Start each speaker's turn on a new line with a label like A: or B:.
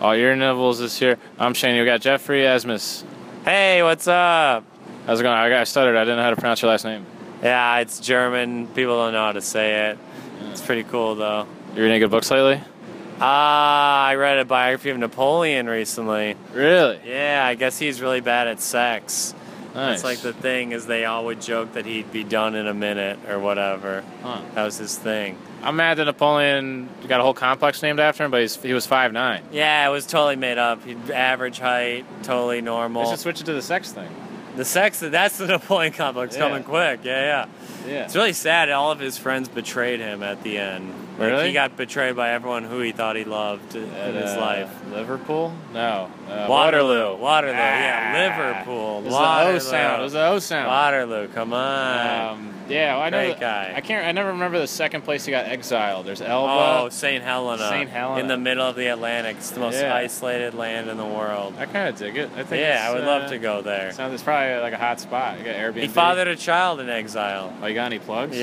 A: all your nibbles this year. I'm Shane. We got Jeffrey Asmus.
B: Hey, what's up?
A: How's it going? I got stuttered. I didn't know how to pronounce your last name.
B: Yeah, it's German. People don't know how to say it. It's pretty cool though.
A: You reading any good books lately?
B: Ah, I read a biography of Napoleon recently.
A: Really?
B: Yeah, I guess he's really bad at sex.
A: Nice.
B: That's like the thing is they all would joke that he'd be done in a minute or whatever.
A: Huh.
B: That was his thing.
A: I'm mad that Napoleon got a whole complex named after him, but he's, he was five nine.
B: Yeah, it was totally made up. He'd average height, totally normal.
A: Let's just switch it to the sex thing.
B: the sex that's the Napoleon complex
A: Yeah.
B: coming quick. Yeah, yeah.
A: Yeah.
B: It's really sad. All of his friends betrayed him at the end. Like,
A: Really?
B: he got betrayed by everyone who he thought he loved in his life.
A: Uh, Liverpool? No. Uh,
B: Waterloo. Waterloo.
A: Ah.
B: Yeah, Liverpool.
A: It was
B: Waterloo.
A: the O sound. It was the O sound.
B: Waterloo. Come on.
A: Um, yeah, well, I know.
B: Great
A: that-
B: guy.
A: I can't. I never remember the second place he got exiled. There's Elba.
B: oh, St. Helena.
A: St. Helena.
B: In the middle of the Atlantic. It's the most
A: Yeah.
B: isolated land in the world.
A: I kind of dig it. I think.
B: Yeah,
A: it's,
B: I would
A: uh,
B: love to go there.
A: Sounds it's probably like a hot spot. You got Airbnb.
B: He fathered a child in exile.
A: Oh, you got any plugs?